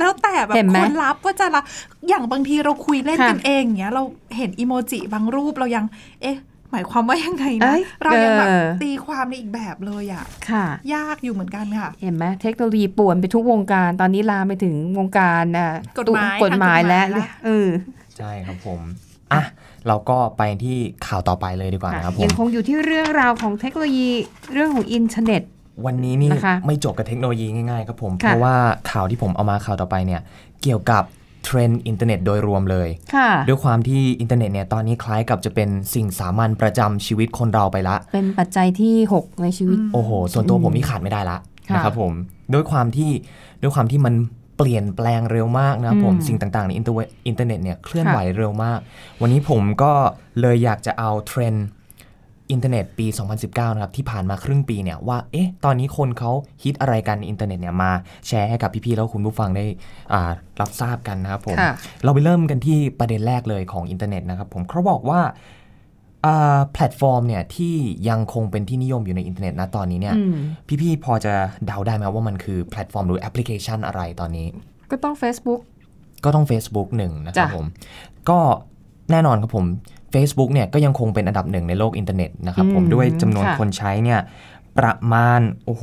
Speaker 2: แล้วแต่แบบ
Speaker 1: เห็นไหม
Speaker 2: คนรับว่าจะรับอย่างบางทีเราคุยเล่น
Speaker 1: ค่ะ
Speaker 2: กันเองอย่างเงี้ยเราเห็นอีโมจิบางรูปเรายัง เอ๊ะ หมายความว่ายังไง
Speaker 1: เอ้
Speaker 2: นะ
Speaker 1: ย
Speaker 2: เรายังแบบ
Speaker 1: เออ
Speaker 2: ตีความในอีกแบบเลยอะ
Speaker 1: ค่ะ
Speaker 2: ยากอยู่เหมือนกันค่ะ
Speaker 1: เห็นไหมเทคโนโลยีป่วนไปทุกวงการตอนนี้ลามไปถึงวงการอ่ะ
Speaker 2: กฎหมาย
Speaker 1: ตุกฎหมาย
Speaker 2: ทางกฎหมาย
Speaker 1: และ
Speaker 2: ละ
Speaker 1: เออ
Speaker 3: ใช่ครับผมอ่ะเราก็ไปที่ข่าวต่อไปเลยดีกว่านะครับผม
Speaker 1: ยังคงอยู่ที่เรื่องราวของเทคโนโลยีเรื่องของอินเทอร์เน็ต
Speaker 3: วันนี้นี่
Speaker 1: นะคะ
Speaker 3: ไม่จบกับเทคโนโลยีง่ายๆครับผม
Speaker 1: ค่ะ
Speaker 3: เพราะว่าข่าวที่ผมเอามาข่าวต่อไปเนี่ยเกี่ยวกับเทรนด์อินเทอร์เน็ตโดยรวมเลย
Speaker 1: ค่ะ
Speaker 3: ด้วยความที่อินเทอร์เน็ตเนี่ยตอนนี้คล้ายกับจะเป็นสิ่งสามัญประจำชีวิตคนเราไปละ
Speaker 1: เป็นปัจจัยที่ 6 ในชีวิต
Speaker 3: โอ้โห ส่วนตัวผมนี่ขาดไม่ได้ละ
Speaker 1: ค่ะ
Speaker 3: นะครับผมด้วยความที่ด้วยความที่มันเปลี่ยนแปลงเร็วมากนะครับผม
Speaker 1: อืม
Speaker 3: สิ่งต่างๆในอินเทอร์เวอินเทอร์เน็ตเนี่ยเคลื่อน
Speaker 1: ค่ะ
Speaker 3: ไหวเร็วมาก วันนี้ผมก็เลยอยากจะเอาเทรนด์อินเทอร์เน็ตปี 2019 นะครับที่ผ่านมาครึ่งปีเนี่ยว่าเอ๊ะตอนนี้คนเขาฮิตอะไรกันในอินเทอร์เน็ตเนี่ยมาแชร์ให้กับพี่ๆแล้วคุณผู้ฟังได้อ่ารับทราบกันนะครับผม
Speaker 1: ค่ะ
Speaker 3: เราไปเริ่มกันที่ประเด็นแรกเลยของอินเทอร์เน็ตนะครับผมเขาบอกว่าอ่าแพลตฟอร์มเนี่ยที่ยังคงเป็นที่นิยมอยู่ในอินเทอร์เน็ตนะตอนนี้เนี่ย
Speaker 1: อืม
Speaker 3: พี่ๆพอจะเดาได้ไหมว่ามันคือแพลตฟอร์มหรือแอปพลิเคชันอะไรตอนนี้
Speaker 1: ก็ต้อง Facebook
Speaker 3: ก็ต้อง Facebook หนึ่งนะครับ
Speaker 1: จ้ะ
Speaker 3: ผม ก็แน่นอนครับผม Facebook เนี่ยก็ยังคงเป็นอันดับหนึ่งในโลกอินเทอร์เน็ตนะครับผมด้วยจำนวนคนใช้เนี่ยประมาณโอ้โห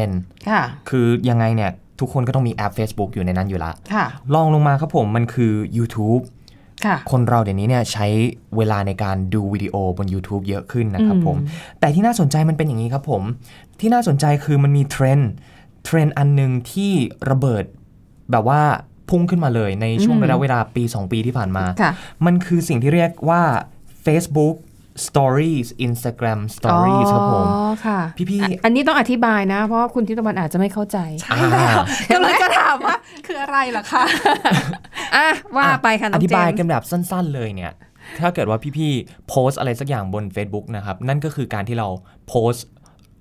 Speaker 3: 30%
Speaker 1: ค่ะ
Speaker 3: คือยังไงเนี่ยทุกคนก็ต้องมีแอป Facebook อยู่ในนั้นอยู่ละ
Speaker 1: ค่ะ
Speaker 3: ลองลงมาครับผมมันคือ YouTube
Speaker 1: ค่ะ
Speaker 3: คนเราเดี๋ยวนี้เนี่ยใช้เวลาในการดูวิดีโอบน YouTube เยอะขึ้นนะครับผม
Speaker 1: อืม
Speaker 3: แต่ที่น่าสนใจมันเป็นอย่างนี้ครับผม ที่น่าสนใจคือมันมีเทรนด์เทรนด์อันหนึ่งที่ระเบิดแบบว่าพุ่งขึ้นมาเลยในช่วงระยะเวลาปี 2 ปีที่ผ่านมา
Speaker 1: ค่ะ
Speaker 3: มันคือสิ่งที่เรียกว่า Facebook Stories Instagram Stories ครับผม
Speaker 1: อ๋อค่ะ
Speaker 3: พี่ๆ
Speaker 1: อ่ะ อันนี้ต้องอธิบายนะ เพราะว่าคุณทิพย์ตะวันอาจจะไม่เข้าใจ
Speaker 2: ใช่
Speaker 1: *laughs*
Speaker 2: แล้ว
Speaker 3: อ่า
Speaker 2: กำลังจะถามว่าคืออะไรเหรอคะ
Speaker 1: อ่ะ ว่าไปค่ะน้
Speaker 3: อ
Speaker 1: อง
Speaker 3: ธิ
Speaker 1: เจ
Speaker 3: บา
Speaker 1: ม
Speaker 3: ย
Speaker 1: ส์
Speaker 3: กันแบบสั้นๆเลยเนี่ย ถ้าเกิดว่าพี่ๆโพสต์อะไรสักอย่างบน Facebook นะครับ นั่นก็คือการที่เราโพสต์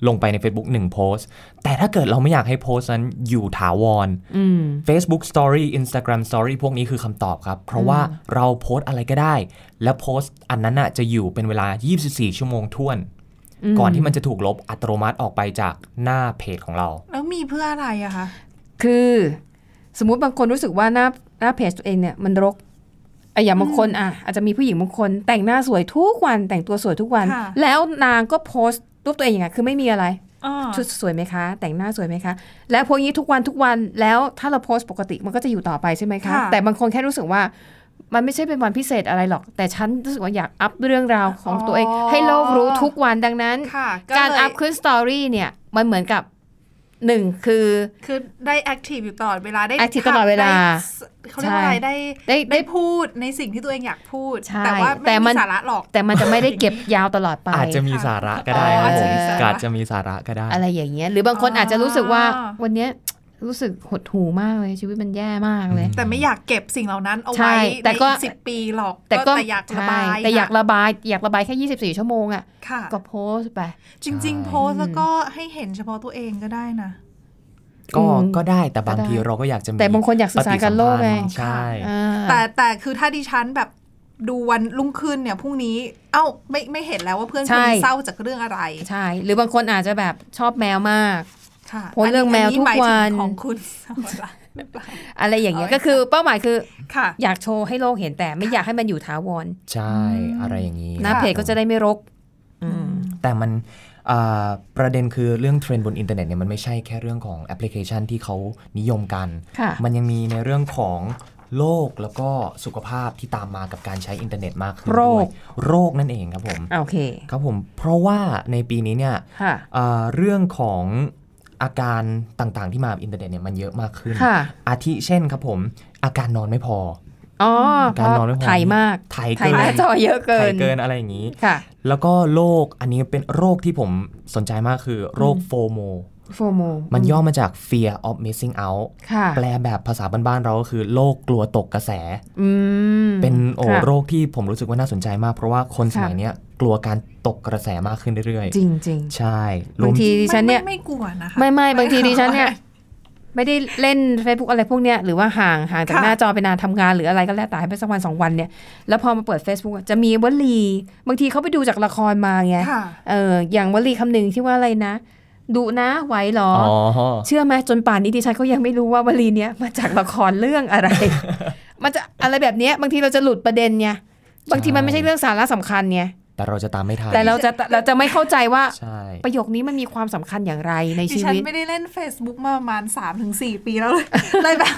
Speaker 3: ลงไปใน Facebook 1โพสต์ แต่ถ้าเกิดเราไม่อยากให้โพสต์นั้นอยู่ถาวร
Speaker 1: อืม
Speaker 3: Facebook Story Instagram Story พวกนี้คือคำตอบครับ เพราะว่าเราโพสต์อะไรก็ได้ และโพสต์อันนั้นน่ะจะอยู่เป็นเวลา 24 ชั่วโมงท่วน ก่อนที่มันจะถูกลบอัตโนมัติออกไปจากหน้าเพจของเรา
Speaker 2: แล้วมีเพื่ออะไรอะคะ
Speaker 1: คือสมมุติบางคนรู้สึกว่าหน้าหน้าเพจตัวเองเนี่ยมันรกอ่ะอย่างบางคนอ่ะอาจจะมีผู้หญิงบางคน แต่งหน้าสวยทุกวันแต่งตัวสวยทุกวัน
Speaker 2: ค่ะ
Speaker 1: แล้วนางก็โพสต์รูปตัวเองอย่างเงี้ยคือไม่มีอะไร ชุ
Speaker 2: ชุ
Speaker 1: ด
Speaker 2: ด
Speaker 1: สวยไหมคะ แต่งหน้าสวยไหมคะ และพวกนี้ทุกวันทุกวันแล้วถ้าเราโพสต์ปกติมันก็จะอยู่ต่อไปใช่ไหมคะ
Speaker 2: ค่ะ
Speaker 1: แต่บางคนแค่รู้สึกว่า มันไม่ใช่เป็นวันพิเศษอะไรหรอก แต่ฉันรู้สึกว่าอยากอัพเรื่องราวของตัวเอง ให้โลกรู้ทุกวันดังนั้น
Speaker 2: ค่ะ
Speaker 1: การ
Speaker 2: เลย
Speaker 1: อัพขึ้นสตอรี่เนี่ยมันเหมือนกับหนึ่งคือ
Speaker 2: คือได้แอคทีฟอยู่ตลอดเวลาได้
Speaker 1: active
Speaker 2: ทำ
Speaker 1: ตลอดเวลา
Speaker 2: ไเขาเรียกว่าอะไร
Speaker 1: ใช่
Speaker 2: ได้
Speaker 1: ได้
Speaker 2: ได้พูดในสิ่งที่ตัวเองอยากพูด
Speaker 1: ใช่
Speaker 2: แต่ว่า
Speaker 1: แต่
Speaker 2: ไม่
Speaker 1: มั
Speaker 2: มี
Speaker 1: น
Speaker 2: สาระหรอก
Speaker 1: แต่มันจะไม่ได้เก็บยาวตลอดไป
Speaker 3: อาจจะมีสาระก็ได้
Speaker 1: อ๋อ
Speaker 3: ครับผ
Speaker 1: อาจจะ
Speaker 3: ม
Speaker 1: มีสาระ
Speaker 3: อาจจะมีสาระก็ได้
Speaker 1: อะไรอย่างเงี้ยหรือบางคนอาจจะรู้สึกว่า
Speaker 2: อ๋อ
Speaker 1: วันเนี้ยรู้สึกหดหู่มากเลยชีวิตมันแย่มากเลย
Speaker 3: อืม
Speaker 2: แต่ไม่อยากเก็บสิ่งเหล่านั้นเอา
Speaker 1: ใช่
Speaker 2: ไว้
Speaker 1: แต่
Speaker 2: ใน
Speaker 1: ก็
Speaker 2: สิบปีหรอก
Speaker 1: แต่ก็
Speaker 2: แต่อยากระบาย
Speaker 1: ใช่แต่อยาก
Speaker 2: ค่ะ
Speaker 1: ระบาย อยากระบายแค่ 24 ชั่วโมงอะ
Speaker 2: ค่ะ
Speaker 1: ก็โพสต์ไป
Speaker 2: จริง ๆ โพสต์แล้วก็ให้เห็นเฉพาะตัวเองก็ได้นะ
Speaker 3: ก็
Speaker 1: อืม
Speaker 3: ก็ได้แต่บาง
Speaker 1: ก็ได้
Speaker 3: ทีเราก็อยากจะมี
Speaker 1: แต่บางคนอยากสื่อสารกับโลกไง
Speaker 3: ปฏิสัมพันธ์ใช่
Speaker 1: อ่า
Speaker 2: แต่แต่คือถ้าดิฉันแบบดูวันรุ่งขึ้นเนี่ยพรุ่งนี้เอ้าไม่ไม่เห็นแล้วว่าเพื่อนค
Speaker 1: ใช่
Speaker 2: นนี้เศร้าจากเรื่องอะไร
Speaker 1: ใช่ หรือบางคนอาจจะแบบชอบแมวมาก
Speaker 2: ค่ะ
Speaker 1: โพสต์เรื่องแมวทุก
Speaker 2: หายถึง
Speaker 1: วัน
Speaker 2: ของคุณสวรักษ์
Speaker 1: อะไรอย่างเงี้ย
Speaker 2: เอาไว้
Speaker 1: ก็คือเป้าหมายคือ
Speaker 2: ค่ะ
Speaker 1: อยากโชว์ให้โลกเห็นแต่ไม่อยากให้มันอยู่ถาวร
Speaker 3: ใช่อะไรอย่างนี้
Speaker 1: หน้าเพจก็จะได้ไม่รก อืม
Speaker 3: แต่มันอ่าประเด็นคือเรื่องเทรนด์บนอินเทอร์เน็ตเนี่ยมันไม่ใช่แค่เรื่องของแอปพลิเคชันที่เขานิยมกัน
Speaker 1: ค่ะ
Speaker 3: มันยังมีในเรื่องของโรคแล้วก็สุขภาพที่ตามมากับการใช้อินเทอร์เน็ตมากขึ้นด้วยโรคนั่นเองครับผม
Speaker 1: โอเค
Speaker 3: ครับผม เพราะว่าในปีนี้เนี่ย
Speaker 1: ค่ะ
Speaker 3: อ่าเรื่องของอาการต่างๆที่มากับอินเทอร์เน็ตเนี่ยมันเยอะมากขึ้น
Speaker 1: ค่ะ
Speaker 3: อาทิเช่นครับผม อาการนอนไม่พอ
Speaker 1: อ๋อ
Speaker 3: การนอนไม่พอ
Speaker 1: ถ่ายมาก
Speaker 3: ถ่าย
Speaker 1: ถ่าย
Speaker 3: เกิน
Speaker 1: หน้าจอเยอะเกิ
Speaker 3: ถ่าน ยเกินอะไรอย่างนี้
Speaker 1: ค่ะ
Speaker 3: แล้วก็โรคอันนี้เป็นโรคที่ผมสนใจมากคือโรคโฟโม
Speaker 1: โฟโม
Speaker 3: มันย่อมาจาก fear of missing out
Speaker 1: ค่ะ
Speaker 3: แปลแบบภาษาบ้านๆเราก็คือโรคกลัวตกกระแส
Speaker 1: อืม
Speaker 3: เป็นโอะ โรคที่ผมรู้สึกว่าน่าสนใจมาก เพราะว่าคนสมัยเนี้ยกลัวการตกกระแสมากขึ้นเรื่อย
Speaker 1: จริงจริง
Speaker 3: ๆ ใช่ร
Speaker 1: บาวง
Speaker 3: ม
Speaker 1: ทีดิฉันเนี่ย
Speaker 2: ไม่ไม่กลัวนะคะ
Speaker 1: ไม่ไม่บางที
Speaker 2: ไม่ค่ะ
Speaker 1: ดิฉันเนี่ย ไม่ได้เล่น Facebook อะไรพวกเนี้ยหรือว่าห่างห่างจาก
Speaker 2: ค่ะ
Speaker 1: หน้าจอไปนานทำงานหรืออะไรก็แล้วแต่ให้ไปสักวันสองวันเนี่ย แล้วพอมาเปิด Facebook อะจะมีวลี บางทีเขาไปดูจากละครมาไง
Speaker 2: ค่ะ
Speaker 1: เอออย่างวลีคำหนึ่งที่ว่าอะไรนะดุนะไหวเหรอ
Speaker 3: อ๋อ
Speaker 1: อเชื่อไหมจนป่านนี้ดิฉันก็ยังไม่รู้ว่าวลีเนี้ยมาจากละครเรื่อง
Speaker 3: *laughs*
Speaker 1: อะไร มันจะอะไรแบบเนี้ยบางทีเราจะหลุดประเด็นไงบางทีมันไม่ใช่เรื่องสาระสำคัญไง
Speaker 3: แต่เราจะตามไม่ทัน
Speaker 1: แต่เราจะเราจะไม่เข้าใจว่า
Speaker 3: ใช่
Speaker 1: ประโยคนี้มันมีความสำคัญอย่างไรใน
Speaker 2: ดิ
Speaker 1: ชี
Speaker 2: ฉัน
Speaker 1: วิต
Speaker 2: ไม่ได้เล่น Facebook มาประมาณ 3-4 ปีแล้
Speaker 1: *laughs*
Speaker 2: วเลย เลยแบบ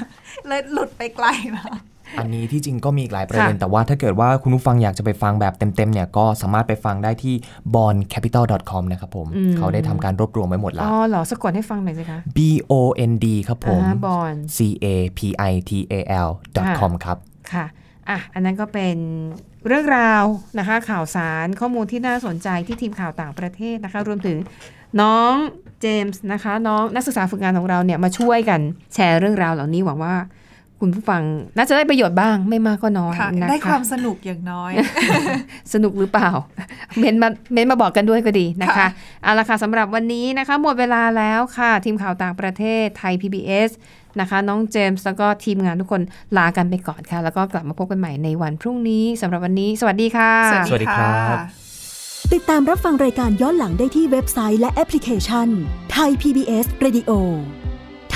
Speaker 2: เลยหลุดไปไกลแล้ว
Speaker 3: อันนี้ที่จริงก็มีอีกหลายประเด็น
Speaker 1: ค่ะ
Speaker 3: แต่ว่าถ้าเกิดว่าคุณผู้ฟังอยากจะไปฟังแบบเต็มๆเนี่ยก็สามารถไปฟังได้ที่ bondcapital.com นะครับผม เขาได้ทำการรวบรวมไว้หมดแล้
Speaker 1: อ๋
Speaker 3: ว
Speaker 1: อเหรอสะกดให้ฟังหน่อยสิคะ
Speaker 3: B O N D ครับผม
Speaker 1: อ่า bond
Speaker 3: C A P I T A L dot com ครับ
Speaker 1: ค่ะ อ่ะ อันนั้นก็เป็นเรื่องราวนะคะ ข่าวสารข้อมูลที่น่าสนใจที่ทีมข่าวต่างประเทศนะคะ รวมถึงน้องเจมส์นะคะ น้องนักศึกษาฝึกงานของเราเนี่ยมาช่วยกันแชร์เรื่องราวเหล่านี้หวังว่าคุณผู้ฟังน่าจะได้ประโยชน์บ้างไม่มากก็น้อย
Speaker 2: ค่ะ
Speaker 1: นะคะ
Speaker 2: ได้ความสนุกอย่างน้อย
Speaker 1: *laughs* สนุกหรือเปล่า เม้นมาเม้นมาบอกกันด้วยก็ดีนะคะ
Speaker 2: ค่ะ
Speaker 1: เอาละค่ะสำหรับวันนี้นะคะ หมดเวลาแล้วค่ะ ทีมข่าวต่างประเทศไทย PBS นะคะ น้องเจมส์แล้วก็ทีมงานทุกคนลากันไปก่อนค่ะ แล้วก็กลับมาพบกันใหม่ในวันพรุ่งนี้สำหรับวันนี้ สวัสดีค่ะ
Speaker 3: สวัสดีครับ
Speaker 9: ติดตามรับฟังรายการย้อนหลังได้ที่เว็บไซต์และแอปพลิเคชันไทย PBS Radio ไ